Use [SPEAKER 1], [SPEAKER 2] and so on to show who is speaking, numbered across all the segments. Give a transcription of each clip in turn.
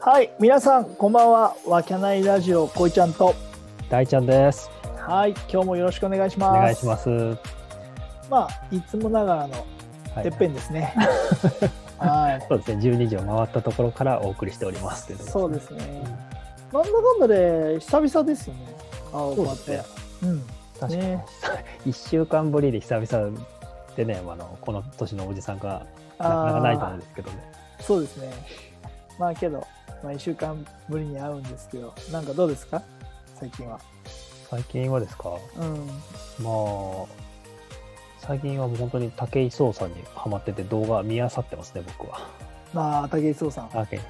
[SPEAKER 1] はい、皆さん、こんばんは。わきゃないラジオ、こいちゃんと。
[SPEAKER 2] 大ちゃんです。
[SPEAKER 1] はい、今日もよろしくお願いし
[SPEAKER 2] お
[SPEAKER 1] ます。
[SPEAKER 2] 願いします。は
[SPEAKER 1] す。まあ、いつもながらの
[SPEAKER 2] い、
[SPEAKER 1] てっぺんです ね。はい、
[SPEAKER 2] そうですね。12時を回ったところからお送りしておりますというところ。
[SPEAKER 1] そうですね。なんだかんだで、久々ですよね。顔をこうやって。
[SPEAKER 2] そうで
[SPEAKER 1] うん、
[SPEAKER 2] 確かに
[SPEAKER 1] ね。
[SPEAKER 2] 一週間ぶりで久々でね、あのこの年のおじさんがなかなかないと思うん
[SPEAKER 1] あ
[SPEAKER 2] ですけどね。
[SPEAKER 1] ーそうですね。まあ、けど、まあ、一週間ぶりに会うんですけど、なんかどうですか最近は。
[SPEAKER 2] 最近はですか。
[SPEAKER 1] うん。
[SPEAKER 2] まあ最近はもう本当に武井壮さんにハマってて動画見あさってますね僕は。
[SPEAKER 1] まあ、武井壮さん。
[SPEAKER 2] 武井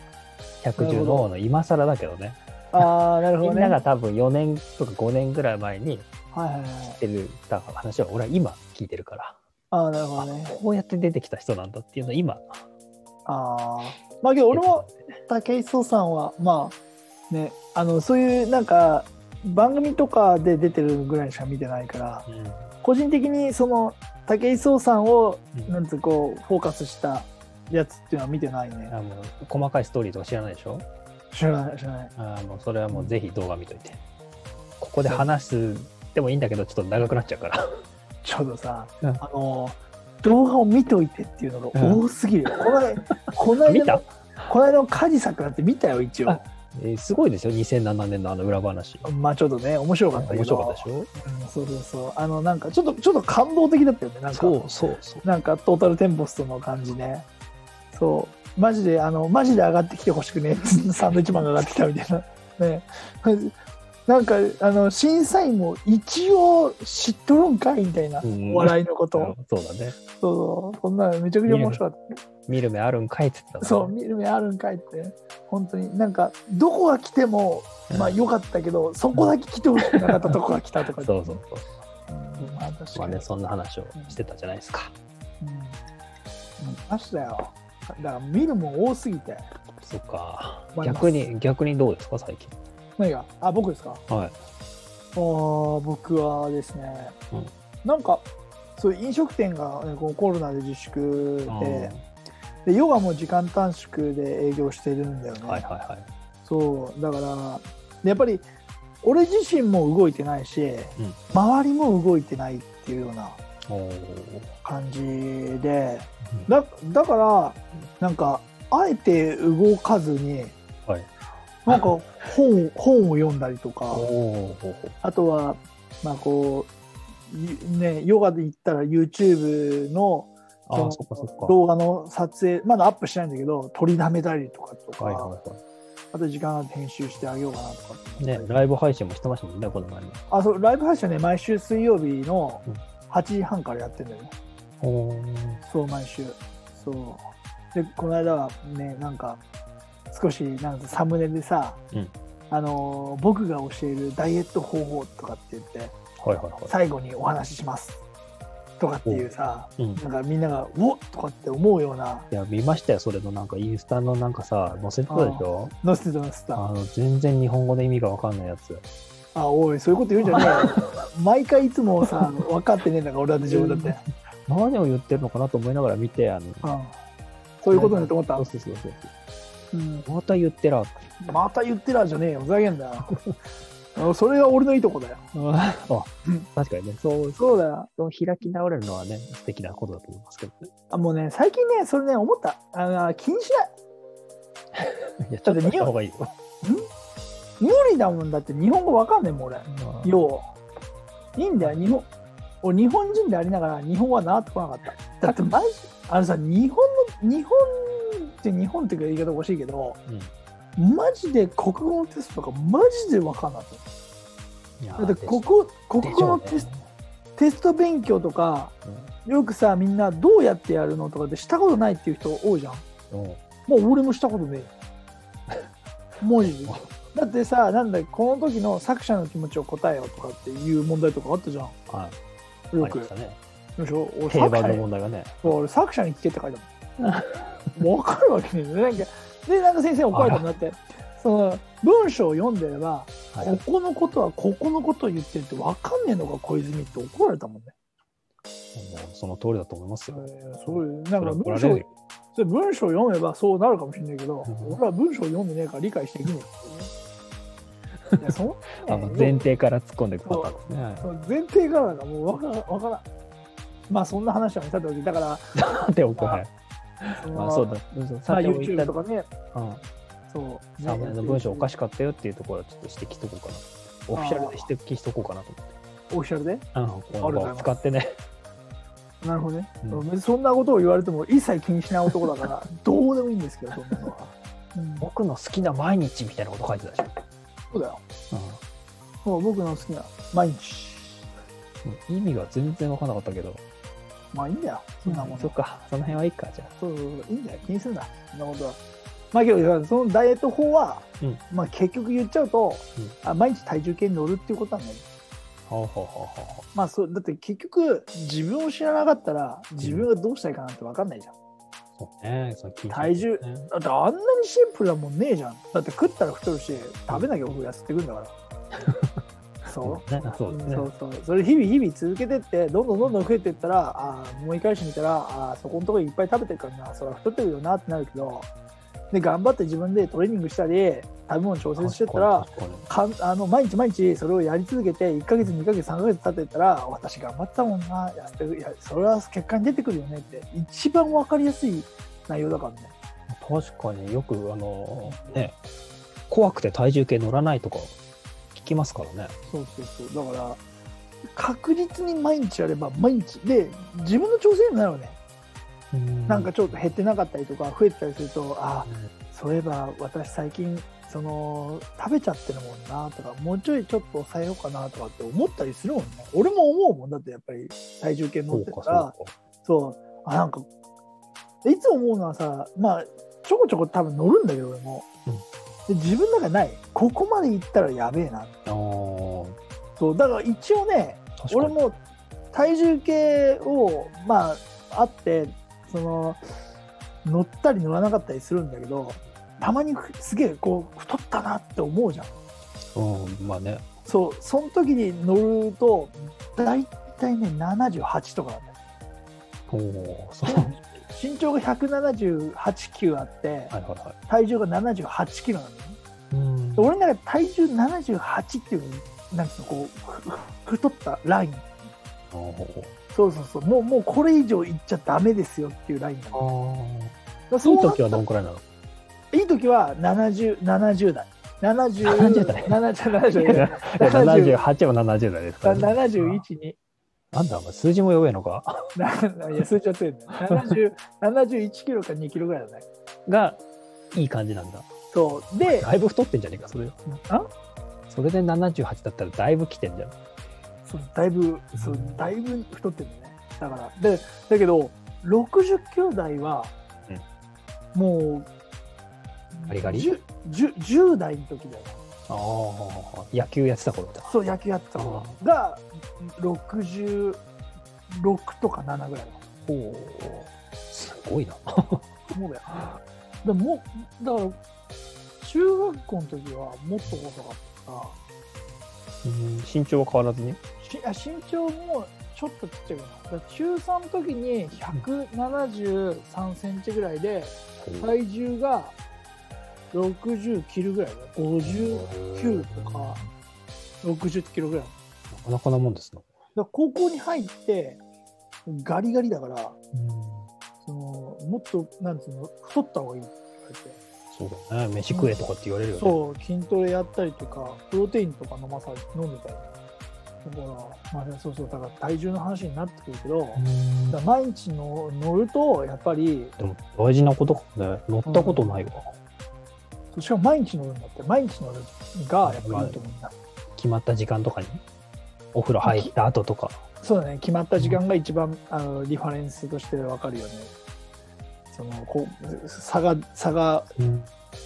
[SPEAKER 2] 110の方の今更だけどね。
[SPEAKER 1] ああ、なるほ
[SPEAKER 2] み
[SPEAKER 1] ど
[SPEAKER 2] ん
[SPEAKER 1] ね。は
[SPEAKER 2] なが
[SPEAKER 1] い
[SPEAKER 2] 多分4年とか5年ぐらい前に
[SPEAKER 1] はいはい。
[SPEAKER 2] 出る話は俺は今聞いてるから。
[SPEAKER 1] ああ、なるほ
[SPEAKER 2] あ
[SPEAKER 1] どね。
[SPEAKER 2] こうやって出てきた人なんだっていうのを今
[SPEAKER 1] ああ。まあ、けど、俺も武井壮さんはまあねあのそういうなんか番組とかで出てるぐらいしか見てないから
[SPEAKER 2] うん
[SPEAKER 1] 個人的にその武井壮さんを
[SPEAKER 2] うん
[SPEAKER 1] なんつうこうフォーカスしたやつっていうのは見てないね
[SPEAKER 2] あの細かいストーリーとか知らないでしょ
[SPEAKER 1] 知らない知らない
[SPEAKER 2] あもうそれはもうぜひ動画見といてここで話すでもいいんだけどちょっと長くなっちゃうから
[SPEAKER 1] ちょうどさ、
[SPEAKER 2] うん
[SPEAKER 1] あの動画を見といてっていうのが多すぎるよ、 この
[SPEAKER 2] 見
[SPEAKER 1] 間この間
[SPEAKER 2] た
[SPEAKER 1] の、この間のカジサクだって見たよ一応
[SPEAKER 2] あえーすごいですよ2007年のあの裏話
[SPEAKER 1] まあちょっとね面白かったけど
[SPEAKER 2] 面白かったでしょ
[SPEAKER 1] うんそうそうそうあのなんかちょっとちょっと感動的だったよねなんか
[SPEAKER 2] そうそうそう
[SPEAKER 1] なんかトータルテンボスとの感じね。そう。マジで、あの、マジで上がってきてほしくね。 サンドイッチマンが上がってきたみたいな。ね。なんか、あの、審査員も一応知っとるんかいみたいな。
[SPEAKER 2] うん
[SPEAKER 1] お笑いのこと。
[SPEAKER 2] うんそうだ
[SPEAKER 1] そ
[SPEAKER 2] ね
[SPEAKER 1] うそう。そんなのめちゃくちゃ面白かっ
[SPEAKER 2] 見る目あるんかいって言ってた
[SPEAKER 1] た。
[SPEAKER 2] ね
[SPEAKER 1] そう、見る目あるんかいって。本当になんか、どこが来ても、まあ良かったけど、そこだけ来てほしくなかったとこが来たとか。
[SPEAKER 2] そうそうそう
[SPEAKER 1] うんまあ確
[SPEAKER 2] ま
[SPEAKER 1] か
[SPEAKER 2] あ
[SPEAKER 1] に
[SPEAKER 2] ね。そんな話をしてたじゃないですか
[SPEAKER 1] うん。マジだよ。だから見るもん多すぎて。
[SPEAKER 2] そっか
[SPEAKER 1] 思います
[SPEAKER 2] 逆に逆にどうですか最近
[SPEAKER 1] 何があ僕ですかあ
[SPEAKER 2] はい
[SPEAKER 1] ー僕はですね、
[SPEAKER 2] うん
[SPEAKER 1] なんかそういう飲食店が、ね、こうコロナで自粛
[SPEAKER 2] うん
[SPEAKER 1] で,、でヨガも時間短縮で営業してるんだよね、
[SPEAKER 2] はいはいは
[SPEAKER 1] そうだからでやっぱり俺自身も動いてないし、
[SPEAKER 2] ん
[SPEAKER 1] 周りも動いてないっていうようない
[SPEAKER 2] おー
[SPEAKER 1] 感じでだだからなんかあえて動かずに、
[SPEAKER 2] はい
[SPEAKER 1] なんか本を本を読んだりとか。
[SPEAKER 2] おー
[SPEAKER 1] あとは、まあこう、ゆね、ヨガで言ったら YouTube の
[SPEAKER 2] あ
[SPEAKER 1] そ
[SPEAKER 2] ー
[SPEAKER 1] の
[SPEAKER 2] そっかそっか
[SPEAKER 1] 動画の撮影、まだアップしてないんだけど、取りだめたりとかとか、
[SPEAKER 2] はいはいは
[SPEAKER 1] あと時間が編集してあげようかなとか
[SPEAKER 2] い。ね、ライブ配信もしてましたもんね、この前に。
[SPEAKER 1] あそうライブ配信はね、毎週水曜日の
[SPEAKER 2] うん
[SPEAKER 1] 8時半からやってんだよね。
[SPEAKER 2] お
[SPEAKER 1] そう、毎週。そう。で、この間はね、なんか、少しなんかサムネでさ、
[SPEAKER 2] うん
[SPEAKER 1] あのー僕が教えるダイエット方法とかって言って、
[SPEAKER 2] はいはいは
[SPEAKER 1] 最後にお話ししますとかっていうさ
[SPEAKER 2] い。うん。い
[SPEAKER 1] なんかみんなが「おっ!」とかって思うような
[SPEAKER 2] や、見ましたよ、それのなんかインスタのなんかさ、載せてたでしょ
[SPEAKER 1] ノスティドのスタ
[SPEAKER 2] あ
[SPEAKER 1] ー
[SPEAKER 2] の、全然日本語の意味がわかんないやつ。
[SPEAKER 1] あおいそういうこと言うんじゃね えよ毎回いつもさ分かってねえんだから俺だって自分だって、
[SPEAKER 2] 何を言ってるのかなと思いながら見て、あの、
[SPEAKER 1] うん、そういうことになって思った
[SPEAKER 2] そう、そうそうそう。
[SPEAKER 1] うん、
[SPEAKER 2] また言ってら。
[SPEAKER 1] また言ってらじゃねえよふざけんなよあの それが俺のいいとこだよ
[SPEAKER 2] あ
[SPEAKER 1] うん、
[SPEAKER 2] 確かにね、そう、
[SPEAKER 1] そうだよ
[SPEAKER 2] そう開き直れるのはね、素敵なことだと思いますけどね。
[SPEAKER 1] あもうね最近ねそれね思ったあの気にしない
[SPEAKER 2] いや、ちょっと見た方がいいよ。
[SPEAKER 1] 無理だもんだって日本語分かんねえもん俺よういいんだよ日本俺日本人でありながら日本語は習ってこなかっただってマジあのさ日本の日本って日本っていうか言い方おかしいけど
[SPEAKER 2] うん
[SPEAKER 1] マジで国語のテストとかマジで分かんなかっ
[SPEAKER 2] いや
[SPEAKER 1] ただって
[SPEAKER 2] でしょ
[SPEAKER 1] 国語国
[SPEAKER 2] でし
[SPEAKER 1] 語
[SPEAKER 2] ょう
[SPEAKER 1] の
[SPEAKER 2] ね
[SPEAKER 1] テス,、テスト勉強とか
[SPEAKER 2] うん
[SPEAKER 1] よくさみんなどうやってやるのとかでしたことないっていう人多いじゃん
[SPEAKER 2] うん
[SPEAKER 1] もう俺もしたことねえマジで だってさなんだこの時の作者の気持ちを答えようとかっていう問題とかあったじゃんよ
[SPEAKER 2] はい。
[SPEAKER 1] く
[SPEAKER 2] ありましたね。
[SPEAKER 1] でしょ俺
[SPEAKER 2] 定
[SPEAKER 1] 作
[SPEAKER 2] 番
[SPEAKER 1] 者
[SPEAKER 2] の
[SPEAKER 1] に
[SPEAKER 2] 問題がね。
[SPEAKER 1] そう俺作者に聞けって書いたもんわかるわけねえなんかでなんか先生怒られたもんだってその文章を読んでれば、
[SPEAKER 2] はい
[SPEAKER 1] ここのことはここのことを言ってるってわかんねえのか小泉って怒られたもんね
[SPEAKER 2] もうその通りだと思いますよ。
[SPEAKER 1] そういうなんか
[SPEAKER 2] 怒
[SPEAKER 1] 文
[SPEAKER 2] られ
[SPEAKER 1] 章
[SPEAKER 2] るよ
[SPEAKER 1] それ文章読めばそうなるかもしれないけど、
[SPEAKER 2] うん
[SPEAKER 1] 俺は文章読んでねえから理解していく ねえっていうね。いやそん
[SPEAKER 2] あ
[SPEAKER 1] な
[SPEAKER 2] の
[SPEAKER 1] ね
[SPEAKER 2] 前提から突っ込んでいくパターンですね。はい
[SPEAKER 1] その前提からなんかもうわからんわからん。まあそんな話はさておきだから、
[SPEAKER 2] さておく、はい。
[SPEAKER 1] その
[SPEAKER 2] まあそうだ。
[SPEAKER 1] まあ
[SPEAKER 2] さておいた
[SPEAKER 1] YouTube とかね、
[SPEAKER 2] うん
[SPEAKER 1] そう、
[SPEAKER 2] サムネの文章おかし
[SPEAKER 1] く
[SPEAKER 2] かったよっていうところはちょっと指摘しとこうかな。オフィシャルで指摘しとこうかなと思って。
[SPEAKER 1] オフィシャルで
[SPEAKER 2] あの、この場を使ってね。
[SPEAKER 1] なるほどね、
[SPEAKER 2] うん
[SPEAKER 1] 別にそんなことを言われても一切気にしない男だ からどうでもいいんですけどそんなのは、うん
[SPEAKER 2] 僕の好きな毎日みたいなこと書いてたでし
[SPEAKER 1] そうだよ
[SPEAKER 2] ょ。
[SPEAKER 1] もう僕の好きな毎日
[SPEAKER 2] うん意味が全然わからなかったけど。
[SPEAKER 1] まあいいんだよそんなもの
[SPEAKER 2] そっか、その辺はいいか、じゃあ。
[SPEAKER 1] そうそうそういいんだよ気にするなそんなことはまあけどそのダイエット法は、
[SPEAKER 2] うん
[SPEAKER 1] まあ結局言っちゃうと、
[SPEAKER 2] うん
[SPEAKER 1] あ毎日体重計に乗るっていうことなんだよ
[SPEAKER 2] ほうほうほうほうほ
[SPEAKER 1] まあそうだって結局自分を知らなかったら自分がどうしたいかなんて分かんないじゃん、
[SPEAKER 2] う。そうね、その筋肉
[SPEAKER 1] 体重
[SPEAKER 2] ね
[SPEAKER 1] だってあんなにシンプルなもんねえじゃんだって食ったら太るし食べなきゃ僕痩せてくんだから そう
[SPEAKER 2] そうねそうですね。
[SPEAKER 1] そうそうそれ日々日々続けてってどんどんどんどん増えてったらあー思い返してみたらあーそこのとこいっぱい食べてるからなそれは太ってるよなってなるけどで頑張って自分でトレーニングしたり食べ物調節してったら
[SPEAKER 2] 確かに、
[SPEAKER 1] かんあの毎日毎日それをやり続けて1ヶ月2ヶ月3ヶ月経ってったら私頑張ってたもんな痩せてるいやそれは結果に出てくるよねって一番分かりやすい内容だからね
[SPEAKER 2] 確かによく、あの、ね、怖くて体重計乗らないとか聞きますからね。
[SPEAKER 1] そうそうそうだから確実に毎日やれば毎日で自分の調整にもなるよね、なんかちょっと減ってなかったりとか増えてたりするとあ
[SPEAKER 2] うん
[SPEAKER 1] そういえば私最近その食べちゃってるもんなとかもうちょいちょっと抑えようかなとかって思ったりするもんね俺も思うもんだってやっぱり体重計乗
[SPEAKER 2] そ
[SPEAKER 1] っ
[SPEAKER 2] う
[SPEAKER 1] て
[SPEAKER 2] か、
[SPEAKER 1] た
[SPEAKER 2] そう
[SPEAKER 1] ら
[SPEAKER 2] か。
[SPEAKER 1] そうあなんかいつも思うのはさまあちょこちょこ多分乗るんだけど俺も、で自分の中にないここまで行ったらやべえな
[SPEAKER 2] あー
[SPEAKER 1] そうだから一応ね
[SPEAKER 2] 確か
[SPEAKER 1] 俺
[SPEAKER 2] に
[SPEAKER 1] も体重計をまああってその乗ったり乗らなかったりするんだけどたまにふすげえこう太ったなって思うじゃん
[SPEAKER 2] うん、まあね。
[SPEAKER 1] そうその時に乗ると大体ね78とかなんだよ
[SPEAKER 2] おお、そう。
[SPEAKER 1] 身長が178 9あって
[SPEAKER 2] はいはいはい。
[SPEAKER 1] 体重が78キロなんだよね
[SPEAKER 2] うん
[SPEAKER 1] で俺の中で体重78っていうなんつうのこうふふ太ったラインそうそうそうもうもうこれ以上いっちゃダメですよっていうラインなのだ
[SPEAKER 2] そ
[SPEAKER 1] そう
[SPEAKER 2] いう
[SPEAKER 1] なった
[SPEAKER 2] 時はどんくらいなの
[SPEAKER 1] いい時は70 70代70
[SPEAKER 2] 70代
[SPEAKER 1] 70
[SPEAKER 2] ?78 は70代ですからね、
[SPEAKER 1] 71に
[SPEAKER 2] なんだ、お前数字も弱えのか
[SPEAKER 1] ないや数値は強いんだよ70 71キロか2キロぐらいだね
[SPEAKER 2] が、いい感じなんだ。
[SPEAKER 1] そうで
[SPEAKER 2] だいぶ太ってんじゃねえか、それ。
[SPEAKER 1] あ
[SPEAKER 2] それで78だったらだいぶ来てんじゃん。
[SPEAKER 1] そうだいぶそうだいぶ太ってるねだからでだけど60キロ台は
[SPEAKER 2] うん
[SPEAKER 1] もう
[SPEAKER 2] ガリガリ
[SPEAKER 1] 10, 10 10代の時だよ
[SPEAKER 2] ああ、野球やってた頃だ。
[SPEAKER 1] そう野球やってたのが66とか7ぐらいだ
[SPEAKER 2] おお、すごいな。
[SPEAKER 1] そうだよ。でも、だから、中学校の時はもっと細かったか
[SPEAKER 2] うん身長は変わらずに。
[SPEAKER 1] ら、しあ身長もちょっとちっちゃいかな。だから中3の時に173センチぐらいで、体重が60キロぐらいだよ。50、
[SPEAKER 2] 59
[SPEAKER 1] 59とか60キロぐらい。だか
[SPEAKER 2] なかなかなもんですな。
[SPEAKER 1] ら高校に入って、ガリガリだから、
[SPEAKER 2] うん
[SPEAKER 1] そのもっと、なんつうの、太った方がいいって言われて。
[SPEAKER 2] そうだね。飯食えとかって言われるよね。
[SPEAKER 1] そう筋トレやったりとかプロテインとか飲まさ飲んでたりだから、まあね、そうそうだから体重の話になってくるけど、
[SPEAKER 2] う
[SPEAKER 1] だ
[SPEAKER 2] ん
[SPEAKER 1] から毎日の乗るとやっぱり
[SPEAKER 2] でも大事なことかもね。乗ったことないわ。
[SPEAKER 1] しかも毎日乗るんだって毎日乗るがやっぱいいと思うんだ、
[SPEAKER 2] 決まった時間とかに。お風呂入った後とか。
[SPEAKER 1] そうだね決まった時間が一番、あのリファレンスとして分かるよねそのこう差が差が
[SPEAKER 2] うん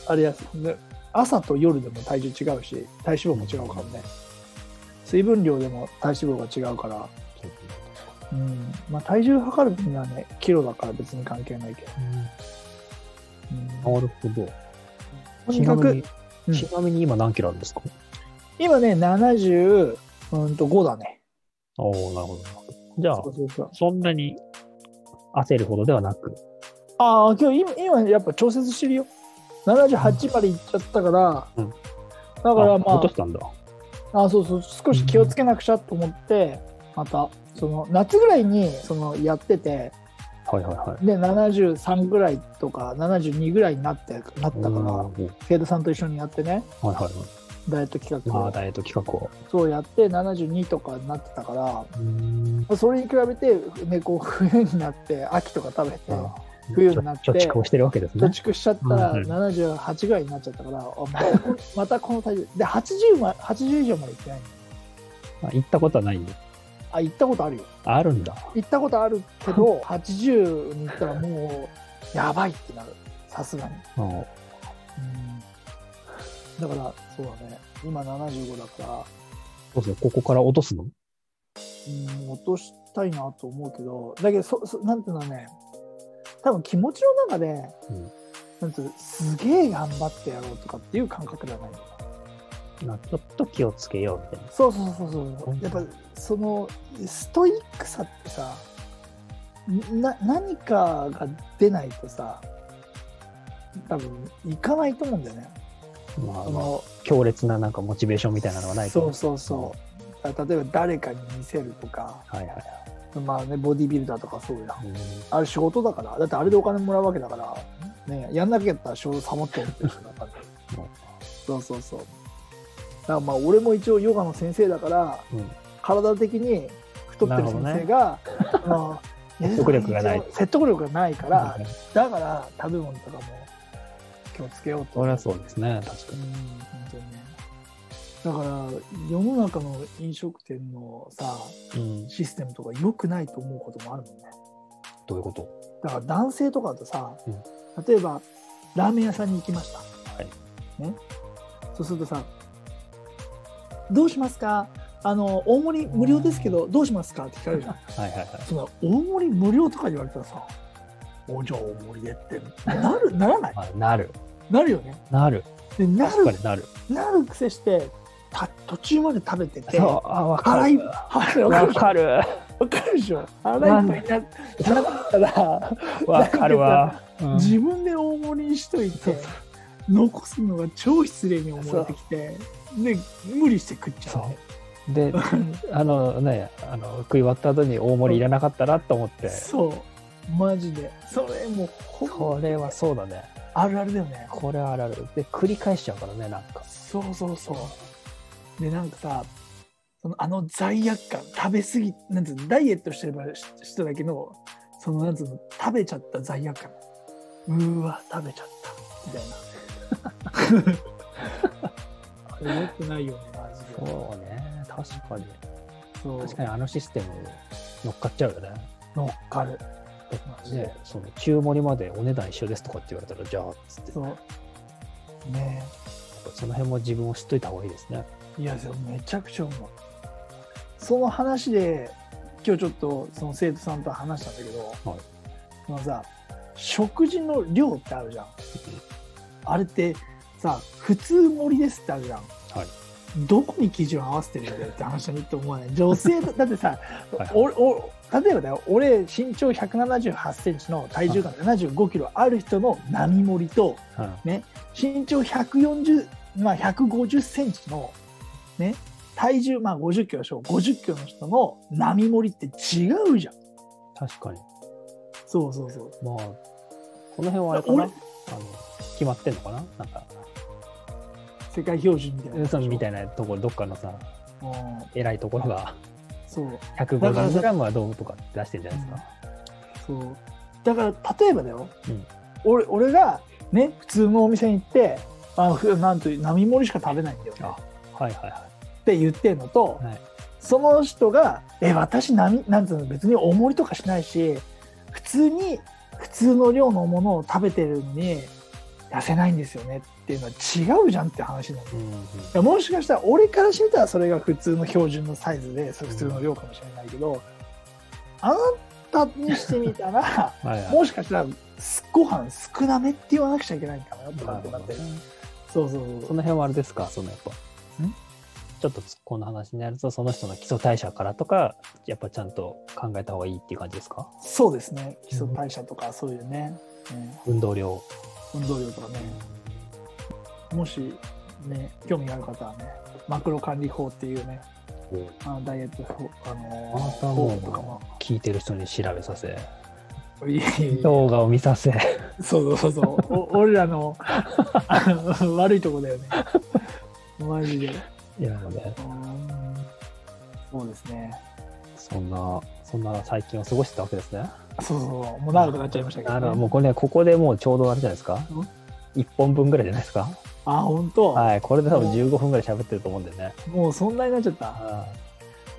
[SPEAKER 1] あれやすね朝と夜でも体重違うし体脂肪も違うからね、水分量でも体脂肪が違うからうんまあ、体重測る分にはねキロだから別に関係ないけど、うん
[SPEAKER 2] なるほど。
[SPEAKER 1] と
[SPEAKER 2] ち
[SPEAKER 1] に
[SPEAKER 2] な
[SPEAKER 1] か
[SPEAKER 2] み
[SPEAKER 1] く
[SPEAKER 2] に、
[SPEAKER 1] うん
[SPEAKER 2] ちなみに今何キロあるんですか
[SPEAKER 1] 今ね75だね
[SPEAKER 2] おおなるほどなるほど。じゃあ
[SPEAKER 1] そ、うそうそう
[SPEAKER 2] そんなに焦るほどではなく。
[SPEAKER 1] ああ、今日今、今やっぱ調節してるよ。78までいっちゃったから、
[SPEAKER 2] うん
[SPEAKER 1] だからま
[SPEAKER 2] 落
[SPEAKER 1] あ
[SPEAKER 2] と、したんだ。
[SPEAKER 1] あそうそう、少し気をつけなくちゃと思って、また、その夏ぐらいにそのやってて、
[SPEAKER 2] はいはいはい。
[SPEAKER 1] で、73ぐらいとか、72ぐらいになってなった
[SPEAKER 2] うん
[SPEAKER 1] か
[SPEAKER 2] はい
[SPEAKER 1] ら、ケイドさんと一緒にやってね、
[SPEAKER 2] はいはい。
[SPEAKER 1] ダイエット企画
[SPEAKER 2] ああ、
[SPEAKER 1] を。
[SPEAKER 2] ダイエット企画を。
[SPEAKER 1] そうやって、72とかになってたから、
[SPEAKER 2] うん。
[SPEAKER 1] それに比べて、ね、こう冬になって、秋とか食べて、
[SPEAKER 2] あー
[SPEAKER 1] 冬になって
[SPEAKER 2] ちょ貯蓄をしてるわけです
[SPEAKER 1] 貯
[SPEAKER 2] ね。
[SPEAKER 1] 蓄しちゃったら
[SPEAKER 2] うんうん
[SPEAKER 1] 78ぐらいになっちゃったから、あまたこまたこの体重で 80, ま80以上まで行ってないの
[SPEAKER 2] あ行ったことはないんで。
[SPEAKER 1] あ行ったことあるよ
[SPEAKER 2] ああるんだ。
[SPEAKER 1] 行ったことあるけ ど80に行ったらもうやばいってなるさすがに、
[SPEAKER 2] あの
[SPEAKER 1] うん、だからそうだね今75だから、
[SPEAKER 2] そうそう、ここから落とすの
[SPEAKER 1] うん、落としたいなと思うけどだけどそそなんていうのね多分気持ちの中で、
[SPEAKER 2] うん
[SPEAKER 1] なんていうのすげえ頑張ってやろうとかっていう感覚ではないんだよ
[SPEAKER 2] なちょっと気をつけようみたいな。
[SPEAKER 1] そうそうそうそううんやっぱそのストイックさってさな何かが出ないとさ多分いかないと思うんだよね。
[SPEAKER 2] まあ
[SPEAKER 1] そ
[SPEAKER 2] まあ、
[SPEAKER 1] の
[SPEAKER 2] 強烈ななんかモチベーションみたいなのがないと。
[SPEAKER 1] そうそうそうだから例えば誰かに見せるとか
[SPEAKER 2] はいはいは
[SPEAKER 1] まあねボディビルダーとかそうや
[SPEAKER 2] い。うん
[SPEAKER 1] あれ仕事だからだってあれでお金もらうわけだから、ね、やんなきゃやったら仕事サボってるってる人だからそうそうそうだからまあ俺も一応ヨガの先生だから
[SPEAKER 2] うん
[SPEAKER 1] 体的に太ってる先生が、あ の
[SPEAKER 2] 説得力がない
[SPEAKER 1] 説得力がないか
[SPEAKER 2] は
[SPEAKER 1] ら
[SPEAKER 2] い
[SPEAKER 1] だから食べ物とかも気をつけようと
[SPEAKER 2] それはそうですね、確か
[SPEAKER 1] うん
[SPEAKER 2] に。
[SPEAKER 1] 本当にねだから世の中の飲食店のさ
[SPEAKER 2] うん、
[SPEAKER 1] システムとか良くないと思うこともあるもんね
[SPEAKER 2] どういうこと
[SPEAKER 1] だから男性とかだとさ、
[SPEAKER 2] うん
[SPEAKER 1] 例えばラーメン屋さんに行きました、
[SPEAKER 2] はい
[SPEAKER 1] ね、そうするとさ「どうしますかあの大盛り無料ですけどどうしますか?」って聞かれるじ ゃん
[SPEAKER 2] はいはいはい。
[SPEAKER 1] その大盛り無料とか言われたらさ「おじゃあ大盛りで」ってなるならない
[SPEAKER 2] まあ、なる。
[SPEAKER 1] なるよね
[SPEAKER 2] なる。
[SPEAKER 1] でな
[SPEAKER 2] 確か
[SPEAKER 1] る
[SPEAKER 2] になる。
[SPEAKER 1] なる癖してた途中まで食べてて
[SPEAKER 2] そう、あ、わか
[SPEAKER 1] 腹いっ
[SPEAKER 2] る。
[SPEAKER 1] ぱいわ
[SPEAKER 2] わ
[SPEAKER 1] か
[SPEAKER 2] か
[SPEAKER 1] る
[SPEAKER 2] る。
[SPEAKER 1] わかるでしょ腹いっぱいにななったら
[SPEAKER 2] わかるわ。うん
[SPEAKER 1] 自分で大盛りにしといて残すのが超失礼に思えてきてで無理して食っちゃうね
[SPEAKER 2] で、あのね、あの食い終わった後に大盛りいらなかったなと思って。
[SPEAKER 1] そうマジでそれもうほ
[SPEAKER 2] こ
[SPEAKER 1] ぼ
[SPEAKER 2] れはそうだね。
[SPEAKER 1] あるあるだよね
[SPEAKER 2] これはあるある。で、繰り返しちゃうからね、なんか。
[SPEAKER 1] そうそうそうでなんかさそのあの罪悪感食べ過ぎなんつうのダイエットしてればししただけのそのなんつうの食べちゃった罪悪感うーわ食べちゃったみた いなあれ良くないよねマジで
[SPEAKER 2] そうね、確かに。
[SPEAKER 1] そう
[SPEAKER 2] 確かにあのシステム乗っかっちゃうよね。
[SPEAKER 1] 乗っかるマジで
[SPEAKER 2] で、その中盛りまでお値段一緒ですとかって言われたら、じゃあ、つって。
[SPEAKER 1] そうね
[SPEAKER 2] その辺も自分を知っといた方がいいですね。
[SPEAKER 1] えいやでもめちゃくちゃ思うその話で今日ちょっとその生徒さんと話したんだけど、
[SPEAKER 2] はい
[SPEAKER 1] そのさ食事の量ってあるじゃんあれってさ普通盛りですってあるじゃん、
[SPEAKER 2] い
[SPEAKER 1] どこに基準を合わせてるんだよって話だねって思わない女性 だだってさ
[SPEAKER 2] はい
[SPEAKER 1] おお例えばだよ俺身長1 7 8ンチの体重が7 5キロある人の並盛りと、
[SPEAKER 2] うん
[SPEAKER 1] 身長140、まあ、150センチの、ね、体重、まあ、50キロでしょう、50キロの人の並盛りって違うじゃん。
[SPEAKER 2] 確かに。
[SPEAKER 1] そうそうそう。
[SPEAKER 2] まあ、この辺はあれかな
[SPEAKER 1] 俺
[SPEAKER 2] あの決まってんのかななんか、
[SPEAKER 1] 世界標準みたいな。
[SPEAKER 2] そのみたいなところ、どっかのさ、
[SPEAKER 1] うん
[SPEAKER 2] 偉いところが
[SPEAKER 1] そう、だからさ
[SPEAKER 2] 150g はどうとかって出してるじゃないですか。
[SPEAKER 1] そう。だから、例えばだよ、
[SPEAKER 2] うん
[SPEAKER 1] 俺俺が、ね、普通のお店に行って、あふなんという並盛りしか食べないんだよね
[SPEAKER 2] あはいはいは
[SPEAKER 1] って言ってんのと、
[SPEAKER 2] はい
[SPEAKER 1] その人が「え私並なんつうの別に大盛りとかしないし普通に普通の量のものを食べてるのに痩せないんですよね」っていうのは違うじゃんって話なんだ
[SPEAKER 2] い。う
[SPEAKER 1] よ
[SPEAKER 2] んうん
[SPEAKER 1] いやもしかしたら俺からしてみたらそれが普通の標準のサイズでそれ普通の量かもしれないけど、あなたにしてみた ら
[SPEAKER 2] はいはい
[SPEAKER 1] もしかしたらすご飯少なめって言わなくちゃいけないんかなとかってなってる
[SPEAKER 2] なるほどね
[SPEAKER 1] そうそうそう
[SPEAKER 2] その辺はあれですか、そのやっぱ。ちょっと突っ込んだ話になると、その人の基礎代謝からとか、やっぱちゃんと考えた方がいいっていう感じですか
[SPEAKER 1] そうですね。基礎代謝とか、そういうね、うん
[SPEAKER 2] 運動量。
[SPEAKER 1] 運動量とかね。もし、ね、興味がある方はね、マクロ管理法っていうね、あのダイエット法、あの
[SPEAKER 2] あなた
[SPEAKER 1] 法
[SPEAKER 2] も
[SPEAKER 1] とかも。
[SPEAKER 2] 聞いてる人に調べさせ、
[SPEAKER 1] いやいやいや
[SPEAKER 2] 動画を見させ。
[SPEAKER 1] そうそうそうそう。お俺らの あの悪いとこだよね。マジで。う
[SPEAKER 2] いや、ね、
[SPEAKER 1] ーんそうですね。
[SPEAKER 2] そんな、そんな最近を過ごしてたわけですね。
[SPEAKER 1] そうそうそう。もう長くなっちゃいましたけ
[SPEAKER 2] あ
[SPEAKER 1] ど、
[SPEAKER 2] の、
[SPEAKER 1] ね。
[SPEAKER 2] もうこれね、ここでもうちょうどあれじゃないですか
[SPEAKER 1] うん。
[SPEAKER 2] 1本分ぐらいじゃないですか。
[SPEAKER 1] あ、本当、
[SPEAKER 2] はい、これで多分15分ぐらい喋ってると思うんでね。
[SPEAKER 1] もうそんなになっちゃった。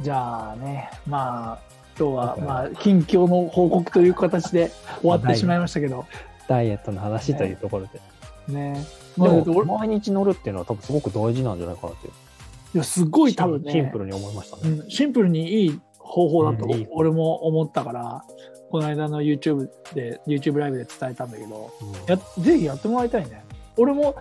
[SPEAKER 1] じゃあね、まあ、今日は、まあ、近況の報告という形で終わってしまいましたけど。
[SPEAKER 2] ダイエットの話というところで。
[SPEAKER 1] ね。まあ、
[SPEAKER 2] で
[SPEAKER 1] だ
[SPEAKER 2] も
[SPEAKER 1] って俺
[SPEAKER 2] 毎日乗るっていうのは多分すごく大事なんじゃないかなっていう。
[SPEAKER 1] いやすごい多分ね。
[SPEAKER 2] シンプルに思いましたね。
[SPEAKER 1] うん、シンプルにいい方法だと
[SPEAKER 2] うんいい
[SPEAKER 1] 俺も思ったから、この間の YouTube で YouTube ライブで伝えたんだけど
[SPEAKER 2] うん
[SPEAKER 1] やぜひやってもらいたいね俺も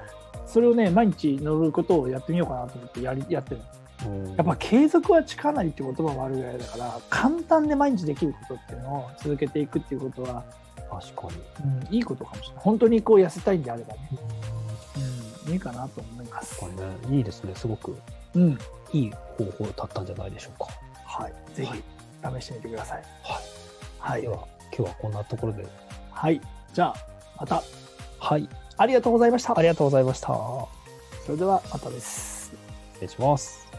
[SPEAKER 1] それをね毎日乗ることをやってみようかなと思ってやりやってる
[SPEAKER 2] うん
[SPEAKER 1] やっぱ継続は力なりって言葉もあるぐらいだから簡単で毎日できることっていうのを続けていくっていうことは、
[SPEAKER 2] 確かに。
[SPEAKER 1] うん、いいことかもしれない本当にこう痩せたいんであればね、うん、いいかなと思います
[SPEAKER 2] こ、れね、いいですね。すごく
[SPEAKER 1] うん
[SPEAKER 2] いい方法だったんじゃないでしょうか。
[SPEAKER 1] はい、ぜひ試してみてください
[SPEAKER 2] はい
[SPEAKER 1] はい
[SPEAKER 2] では、今日はこんなところで。
[SPEAKER 1] はい、じゃあまた
[SPEAKER 2] はい、
[SPEAKER 1] ありがとうございました
[SPEAKER 2] あ。りがとうございました。
[SPEAKER 1] それではまたです。
[SPEAKER 2] 失礼します。